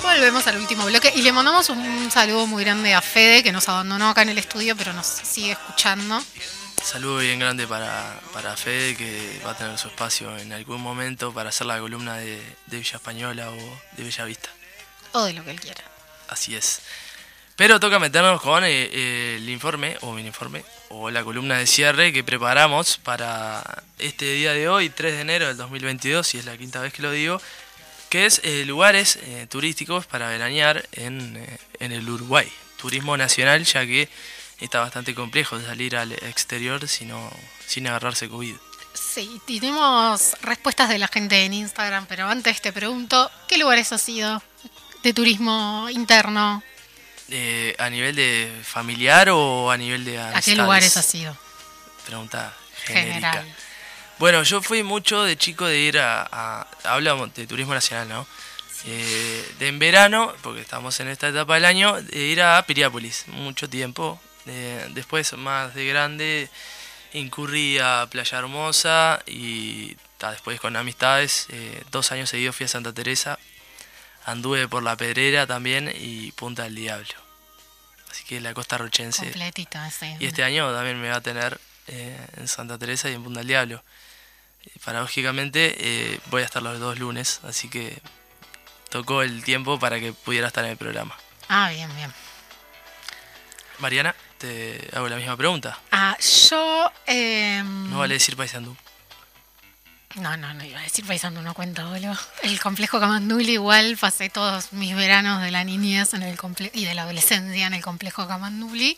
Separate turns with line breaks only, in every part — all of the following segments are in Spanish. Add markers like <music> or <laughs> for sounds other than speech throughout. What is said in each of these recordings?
Volvemos al último bloque y le mandamos un saludo muy grande a Fede, que nos abandonó acá en el estudio, pero nos sigue escuchando.
Saludo bien grande para, para Fede, que va a tener su espacio en algún momento para hacer la columna de, de Villa Española o de Bella Vista.
O de lo que él quiera.
Así es. Pero toca meternos con eh, eh, el informe, o mi informe, o la columna de cierre que preparamos para este día de hoy, 3 de enero del 2022, y es la quinta vez que lo digo, que es eh, lugares eh, turísticos para veranear en, eh, en el Uruguay. Turismo nacional, ya que está bastante complejo salir al exterior sino, sin agarrarse COVID.
Sí, tenemos respuestas de la gente en Instagram, pero antes te pregunto, ¿qué lugares has ido de turismo interno?
Eh, ¿A nivel de familiar o a nivel de
¿A qué
amistades?
lugares has ido?
Pregunta genérica.
General.
Bueno, yo fui mucho de chico de ir a. a- hablamos de turismo nacional, ¿no? Eh, de en verano, porque estamos en esta etapa del año, de ir a Piriápolis, mucho tiempo. Eh, después, más de grande, incurrí a Playa Hermosa y ta, después con amistades, eh, dos años seguidos fui a Santa Teresa, anduve por La Pedrera también y Punta del Diablo. Así que la costa rochense.
Completita, sí.
Y este año también me va a tener eh, en Santa Teresa y en Punta del Diablo. Eh, Paradójicamente eh, voy a estar los dos lunes, así que tocó el tiempo para que pudiera estar en el programa.
Ah, bien, bien.
Mariana, te hago la misma pregunta.
Ah, yo... em,
No vale decir paisandú.
No, no, no iba a decir paisando, no cuenta, boludo. El complejo Camanduli, igual pasé todos mis veranos de la niñez en el comple- y de la adolescencia en el complejo Camanduli.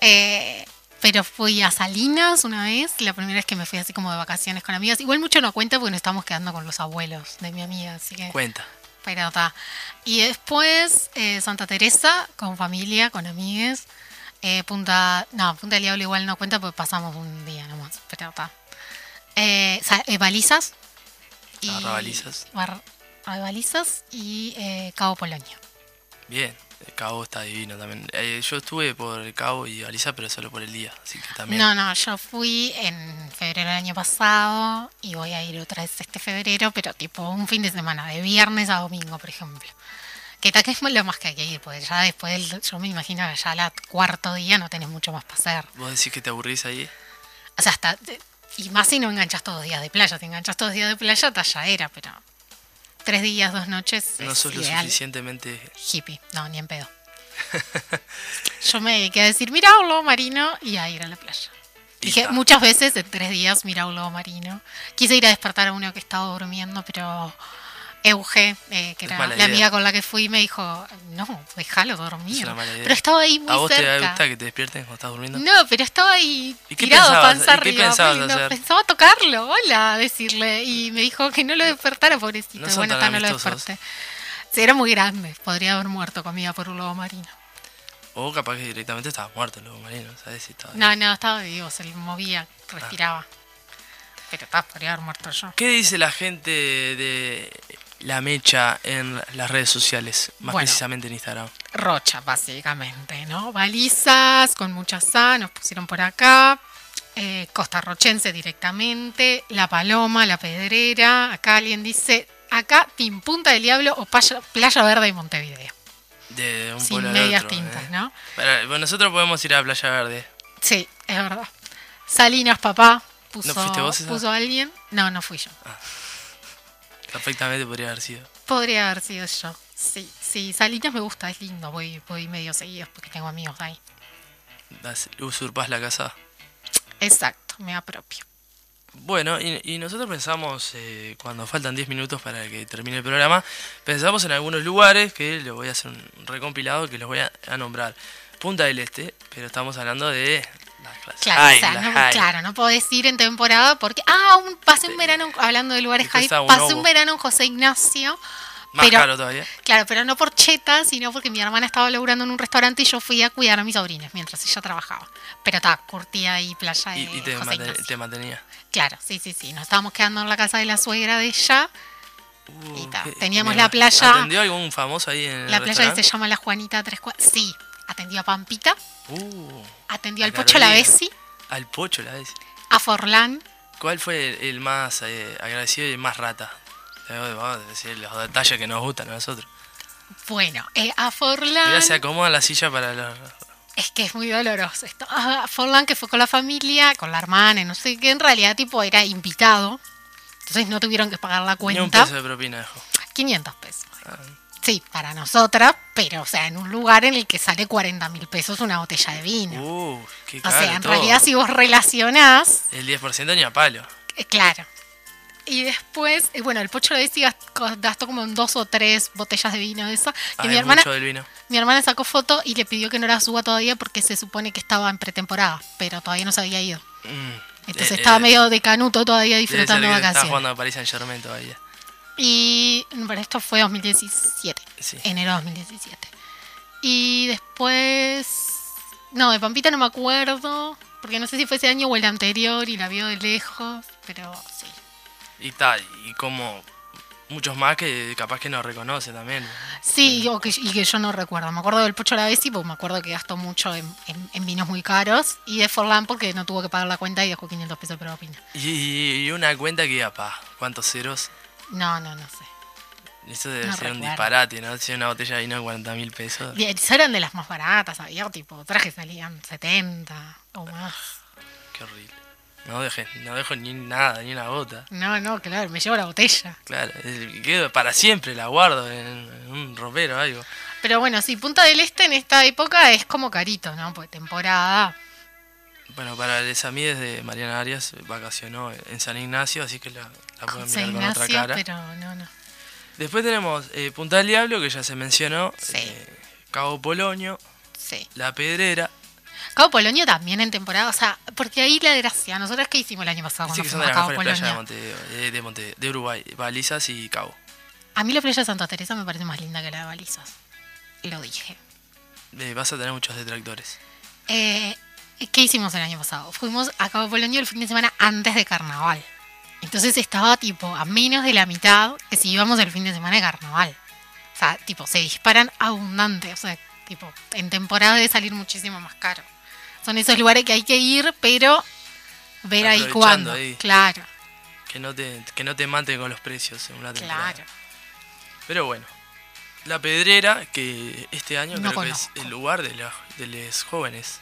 Eh, pero fui a Salinas una vez, la primera vez que me fui así como de vacaciones con amigas. Igual mucho no cuenta porque nos estábamos quedando con los abuelos de mi amiga, así que.
Cuenta.
Pero está. Y después eh, Santa Teresa, con familia, con amigues. Eh, Punta. No, Punta del Diablo igual no cuenta porque pasamos un día nomás. Pero está. Eh, sa- eh, balizas. y-
Barra Balizas.
Barra Barra Balizas y eh, Cabo Polonio.
Bien. El cabo está divino también. Eh, yo estuve por el cabo y Aliza, pero solo por el día. Así que también.
No, no, yo fui en febrero del año pasado y voy a ir otra vez este febrero, pero tipo un fin de semana, de viernes a domingo, por ejemplo. Que tal que es lo más que hay que ir, porque ya después, del- yo me imagino que ya al cuarto día no tenés mucho más para hacer.
Vos decís que te aburrís ahí.
O sea, hasta, y más si no enganchas todos los días de playa, te enganchas todos los días de playa, talla era, pero tres días, dos noches.
No
es
sos lo
ideal.
suficientemente.
Hippie, no, ni en pedo. <laughs> Yo me dediqué a decir, mira un lobo marino y a ir a la playa.
Y
Dije
está.
muchas veces en tres días, mira un lobo marino. Quise ir a despertar a uno que estaba durmiendo, pero Euge, eh, que
Es
era la
mala idea.
amiga con la que fui, me dijo, no, déjalo
Es
dormir.
una mala idea.
Pero estaba ahí muy
¿A vos
cerca.
te gusta que te despierten cuando estás durmiendo?
No, pero estaba ahí
¿Y qué
tirado
pensabas?
panza
¿Y qué
arriba.
pensabas
no,
hacer?
pensaba tocarlo, hola, decirle. Y me dijo que no lo despertara, pobrecito.
No son
bueno,
tan
está, no lo
amistosos.
desperté. Si era muy grande, podría haber muerto comida por un lobo marino.
O capaz que directamente estabas muerto, luego, Mariano, ¿sabes si estaba
No, no, estaba vivo, se le movía,
Ah.
respiraba. Pero está, podría haber muerto yo.
¿Qué dice la gente de la mecha en las redes sociales? Más
Bueno.
precisamente en Instagram.
Rocha, básicamente, ¿no? Balizas con mucha sal, nos pusieron por acá. Eh, Costa Rochense directamente. La Paloma, La Pedrera. Acá alguien dice, acá Tim Punta del Diablo o Playa, Playa Verde y Montevideo.
De un pueblo
Sin
al
medias
otro,
tintas,
¿eh?
¿no?
Para- bueno, nosotros podemos ir a Playa Verde.
Sí, es verdad. Salinas, papá, puso,
fuiste vos esa?
puso alguien. No, no fui yo.
Perfectamente podría haber sido.
Podría haber sido yo. Sí, sí, Salinas me gusta, es lindo. Voy, voy medio seguido porque tengo amigos ahí.
Las- Usurpás la casa.
Exacto, me apropio.
Bueno, y, y nosotros pensamos, eh, cuando faltan 10 minutos para que termine el programa, pensamos en algunos lugares que les voy a hacer un recompilado que los voy a, a nombrar. Punta del Este, pero estamos hablando de las clases.
Claro,
Ay,
o sea,
las
no,
high.
claro, no podés ir en temporada porque. Ah, un, pasé un verano, hablando de lugares
te
high,
cuesta un
pasé
obo.
un verano en José Ignacio.
Más
pero-
caro todavía.
Claro, pero no por cheta, sino porque mi hermana estaba laburando en un restaurante y yo fui a cuidar a mis sobrinos mientras ella trabajaba. Pero estaba curtida ahí, playa de
Y, y te,
José
mante-
Ignacio.
te mantenía.
Claro, sí, sí, sí. Nos estábamos quedando en la casa de la suegra de ella.
Uh,
Y ta,
qué-
teníamos
mira,
la playa-
¿Atendió algún famoso ahí en
la
el
playa que
restaurante?
se llama La Juanita Tres Cuadras. Sí, atendió a Pampita,
Uh,
atendió
A
al Pocho La
Carolina.
Bessi,
al pocho la vez.
a Forlán.
¿Cuál fue el, el más eh, agradecido y el más rata? Te voy- Vamos a decir los detalles que nos gustan a nosotros.
Bueno, eh, a Forlán.
Mira, se acomoda la silla para los.
Es que es muy doloroso esto. Ah, Forlán que fue con la familia, con la hermana, y no sé qué, en realidad tipo era invitado. Entonces no tuvieron que pagar la
Ni
cuenta.
un peso de propina dejó.
500 pesos.
Ah.
Sí, para nosotras, pero o sea, en un lugar en el que sale 40 mil pesos una botella de vino.
Uh, qué
o
caro.
sea, en
todo.
realidad si vos relacionás,
El 10% ni a palo.
eh, claro. Y después, eh, bueno, el pocho lo decía, gastó como en dos o tres botellas de vino de esa. Que
Hay
mi hermana,
mucho del vino.
mi hermana sacó foto y le pidió que no la suba todavía porque se supone que estaba en pretemporada, pero todavía no se había ido.
Mm.
Entonces
Eh,
estaba
eh,
medio de canuto todavía
debe ser
disfrutando
que Estaba
vacaciones.
jugando a París Saint Germain todavía.
Y bueno, esto fue 2017.
Sí.
Enero de 2017. Y después. No, de Pampita no me acuerdo. Porque no sé si fue ese año o el anterior y la vio de lejos. Pero sí.
Y tal, y como muchos más que capaz que nos reconoce también.
Sí, y- o que, y que yo no recuerdo. Me acuerdo del Pocho la Bessi porque me acuerdo que gastó mucho en, en- en vinos muy caros. Y de Forlán porque no tuvo que pagar la cuenta y dejó 500 pesos de propina.
Y, y una cuenta que, apá, ¿cuántos ceros?
No, no, no sé.
Eso debe
No
ser un
recuerdo.
disparate, ¿no? Si una botella de vino de 40 mil pesos.
Y eran de las más baratas, había tipo. Trajes salían 70 o más.
Qué horrible. No, deje, no dejo ni nada, ni una gota.
No, no, claro, me llevo la botella.
Claro, es- quedo para siempre, la guardo en, en un ropero o algo.
Pero bueno, sí, Punta del Este en esta época es como carito, ¿no? Porque temporada.
Bueno, para les amigues de Mariana Arias, vacacionó en San Ignacio, así que la, la
Con
pueden
San
mirar con otra
Ignacio,
cara.
pero no, no.
Después tenemos eh, Punta del Diablo, que ya se mencionó.
Sí.
eh, Cabo Polonio,
Sí.
La Pedrera.
Ah, Cabo Polonio también en temporada, o sea, porque ahí la gracia. ¿Nosotras qué hicimos el año pasado
Dice
cuando
que son de
fuimos a
las
Cabo
mejores
Polonio?
playas de Montevideo, eh, de, Montevideo, de Uruguay. Balizas y Cabo.
A mí la playa de Santa Teresa me parece más linda que la de Balizas. Lo dije.
Eh, vas a tener muchos detractores.
Eh, ¿Qué hicimos el año pasado? Fuimos a Cabo Polonio el fin de semana antes de carnaval. Entonces estaba tipo a menos de la mitad que si íbamos el fin de semana de carnaval. O sea, tipo, se disparan abundante. O sea, tipo, en temporada de salir muchísimo más caro. Son esos lugares que hay que ir, pero ver ahí
Aprovechando
cuándo.
ahí.
Claro,
Que no te, que no te maten con los precios en una temporada.
claro.
Pero bueno. La Pedrera, que este año
No
creo que es
conozco.
el lugar de, la- de los jóvenes.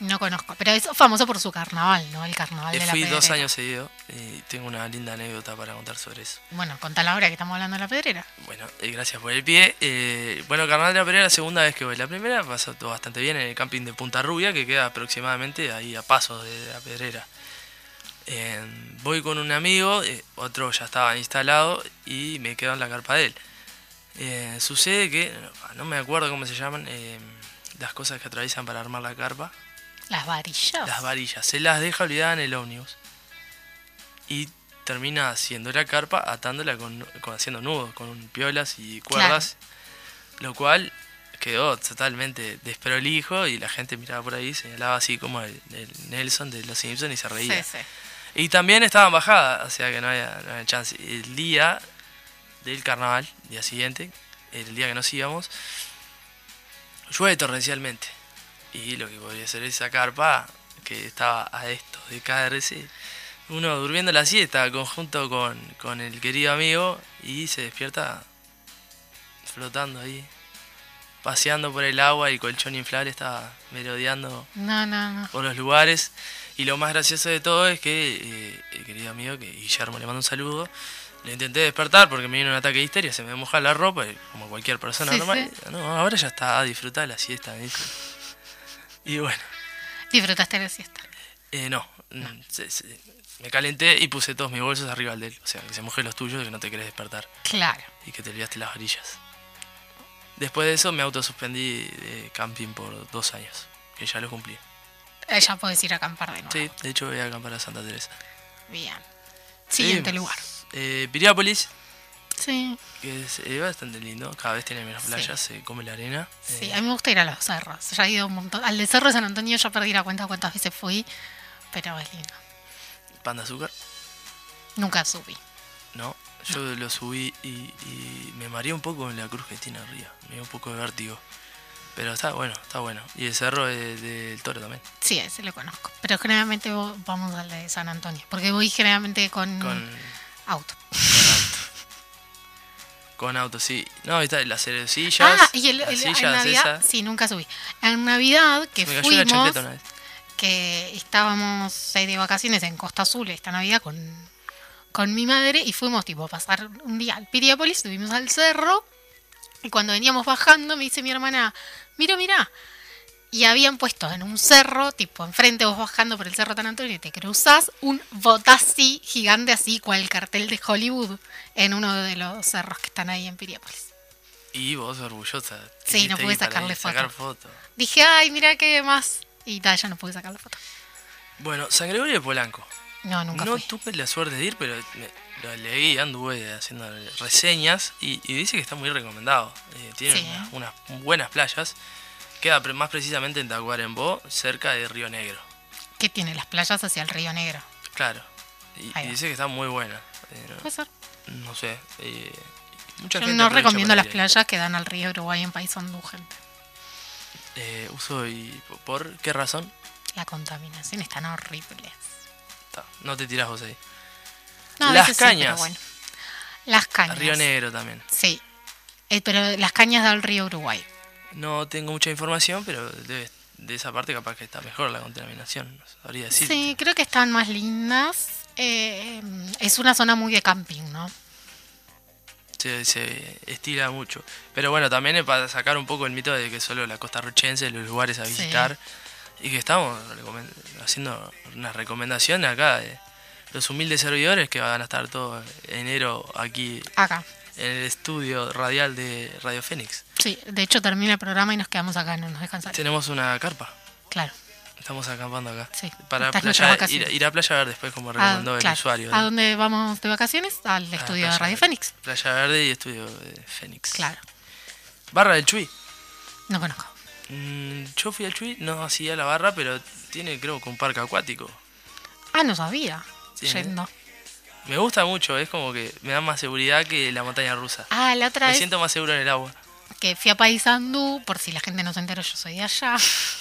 No conozco. Pero es famoso por su carnaval, ¿no? El carnaval
Eh,
de la
fui dos
Pedrera.
años seguido y tengo una linda anécdota para contar sobre eso.
Bueno, contala ahora que estamos hablando de la pedrera.
Bueno, eh, gracias por el pie. Eh, bueno, Carnaval de la Pereira, la segunda vez que voy. La primera pasó todo bastante bien en el camping de Punta Rubia, que queda aproximadamente ahí a pasos de la Pedrera. Eh, voy con un amigo, eh, otro ya estaba instalado y me quedo en la carpa de él. Eh, sucede que, no me acuerdo cómo se llaman, eh, las cosas que atraviesan para armar la carpa,
Las varillas.
las varillas, se las deja olvidadas en el ómnibus y termina haciendo la carpa atándola con, con- haciendo nudos con piolas y cuerdas, lo cual quedó totalmente desprolijo y la gente miraba por ahí, señalaba así como el, el Nelson de los Simpsons y se reía.
Sí, sí.
Y también estaba en bajada, o sea que no había, no había chance. El día del carnaval, día siguiente, el día que nos íbamos, llueve torrencialmente. Y lo que podría ser esa carpa que estaba a estos de KRC, uno durmiendo la siesta conjunto con, con el querido amigo y se despierta flotando ahí, paseando por el agua, el colchón inflable estaba merodeando
No, no, no.
por los lugares. Y lo más gracioso de todo es que eh, el querido amigo, que Guillermo le mando un saludo, le intenté despertar porque me vino un ataque de histeria, se me moja la ropa, y como cualquier persona
Sí,
normal. No, ahora ya está, a disfrutar la siesta, me dice. Y bueno,
Disfrutaste la siesta.
eh, no, mm, se- se- me calenté y puse todos mis bolsos arriba del de él. O sea, que se mojen los tuyos y que no te querés despertar
Claro.
y que te olvidaste las orillas. Después de eso me autosuspendí de camping por dos años, que ya lo cumplí.
Eh, Ya puedes ir a acampar de nuevo.
Sí, de hecho voy a acampar a Santa Teresa.
Bien. Siguiente
Sí.
lugar.
Eh, Piriápolis,
Sí.
que es eh, bastante lindo, cada vez tiene menos
Sí.
playas, se come la arena.
Sí,
eh,
a mí me gusta ir a los cerros. Ya he ido un montón. Al de Cerro de San Antonio ya perdí la cuenta cuántas veces fui, pero es lindo.
pan de azúcar,
Nunca subí.
no.
Ah.
Yo lo subí y, y me mareé un poco en la cruz que tiene arriba, me dio un poco de vértigo. Pero está bueno, está bueno. Y el cerro de- del toro también.
Sí, ese lo conozco. Pero generalmente vo- vamos al de San Mm. Antonio, porque voy generalmente con,
Con,
auto.
Con auto, sí. No, ahí está, las sillas.
Ah, y el,
las
el-
sillas
en Navidad,
esas.
sí, nunca subí. En Navidad que
Se me cayó una
fuimos,
chancleta una vez.
que estábamos eh, de vacaciones en Costa Azul esta Navidad con, con mi madre y fuimos tipo a pasar un día al Piriápolis, subimos al cerro y cuando veníamos bajando me dice mi hermana, mira, mira. Y habían puesto en un cerro, tipo enfrente vos bajando por el cerro tan Antonio y te cruzas un botasí gigante así, cual cartel de Hollywood, en uno de los cerros que están ahí en Piriápolis.
Y vos orgullosa.
Sí,
quisiste
no pude
ir para
sacarle
ahí, Sacar foto.
Dije, ay, mira qué más. Y ta, ya no pude sacar la foto.
Bueno, San Gregorio de Polanco.
No, nunca
no
fui.
tuve la suerte de ir, pero me- lo leí, anduve haciendo reseñas y, y dice que está muy recomendado. Eh, tiene
Sí,
una- unas, buenas playas. Queda pre- más precisamente en Tacuarembó, cerca de Río Negro.
¿Qué tiene las playas hacia el Río Negro?
Claro. Y,
Ahí
y
va.
dice que está muy buena. Eh,
Puede ser.
no, no sé. eh, mucha
Yo
gente
no
aprovecha
recomiendo
para
las
ir ahí.
playas que dan al río Uruguay en Paysandú, gente.
Eh, uso y po- por qué razón
La contaminación es tan horrible.
Ta, no te tirás vos ahí.
No, a
Las
veces sí, pero
cañas.
bueno. Las cañas.
Río Negro también.
Sí. Eh, pero las cañas dan al río Uruguay.
No tengo mucha información, pero debe- de esa parte capaz que está mejor la contaminación. no Sabría decir.
Sí, creo que están más lindas. Eh, es una zona muy de camping, ¿no?
se, se estila mucho. Pero bueno, también es para sacar un poco el mito de que solo la costa rochense, los lugares a
Sí.
visitar. Y que estamos recomen- haciendo unas recomendaciones acá de los humildes servidores que van a estar todo enero aquí
Acá.
en el estudio radial de Radio Fénix.
Sí, de hecho termina el programa y nos quedamos acá, no nos dejan salir.
Tenemos una carpa,
Claro.
estamos acampando acá.
Sí,
Para
estas nuestras
playa,
vacaciones.
ir, ir a Playa Verde después, como
Ah,
recomendó el
claro.
usuario.
¿A
de
dónde vamos de vacaciones? Al estudio de
Playa
Radio
Verde.
Fénix.
Playa Verde y estudio de Fénix.
Claro.
Barra del Chuy.
No conozco.
Mm, yo fui al Chuy, no hacía la barra, pero tiene creo que un parque acuático.
Ah, no sabía.
Sí.
Yendo.
Me gusta mucho, es como que me da más seguridad que la montaña rusa.
Ah, la otra
Me
vez
siento más seguro en el agua.
que fui a Paysandú, por si la gente no se enteró, yo soy de allá. <laughs>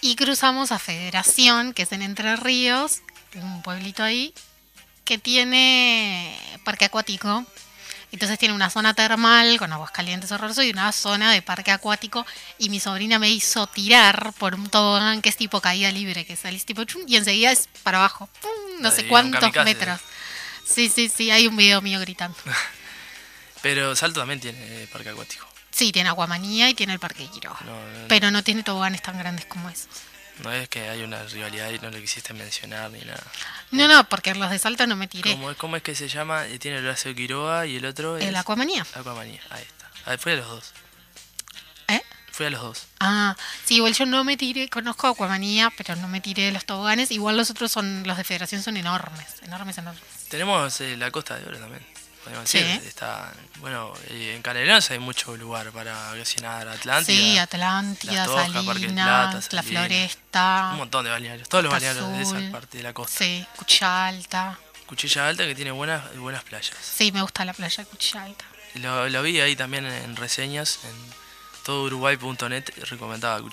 Y cruzamos a Federación, que es en Entre Ríos, un pueblito ahí, que tiene parque acuático. Entonces tiene una zona termal con aguas calientes horroroso y una zona de parque acuático. Y mi sobrina me hizo tirar por un tobogán que es tipo caída libre, que salís tipo chum y enseguida es para abajo. Pum, No
Ahí,
sé
un
cuántos
kamikaze.
metros. Sí, sí, sí, hay un video mío
<laughs>
gritando.
Pero Salto también tiene eh, parque acuático.
Sí, tiene Aguamanía y tiene el Parque Quiroga.
No, no,
Pero no tiene toboganes tan grandes como esos.
no es que hay una rivalidad y no lo quisiste mencionar ni nada.
No, no, porque los de Salta no me tiré.
¿Cómo, es- cómo es que se llama? Eh, Tiene el brazo de Quiroga y el otro es
El Aquamanía.
Aquamanía. Ahí está. Ah, fui a los dos.
¿Eh?
Fui a los dos.
Ah, sí, igual yo no me tiré, conozco Aquamanía, pero no me tiré de los toboganes. Igual los otros son, los de Federación son enormes, enormes, enormes.
Tenemos eh, la Costa de Oro también. podemos
Sí.
decir. Está, bueno, eh, en Canelones hay mucho lugar para vacacionar. Atlántida.
Sí, Atlántida,
Las Toscas, Parque del Plata,
Salinas, La
Salinas.
Floresta,
Un montón de balnearios, todos los
Costa
balnearios de
Azul.
esa parte de la costa.
sí, Cuchilla Alta.
Cuchilla Alta que tiene buenas, buenas playas.
Sí, me gusta la playa de Cuchilla Alta.
Lo, lo vi ahí también en reseñas, en todouruguay.net recomendaba Cuchilla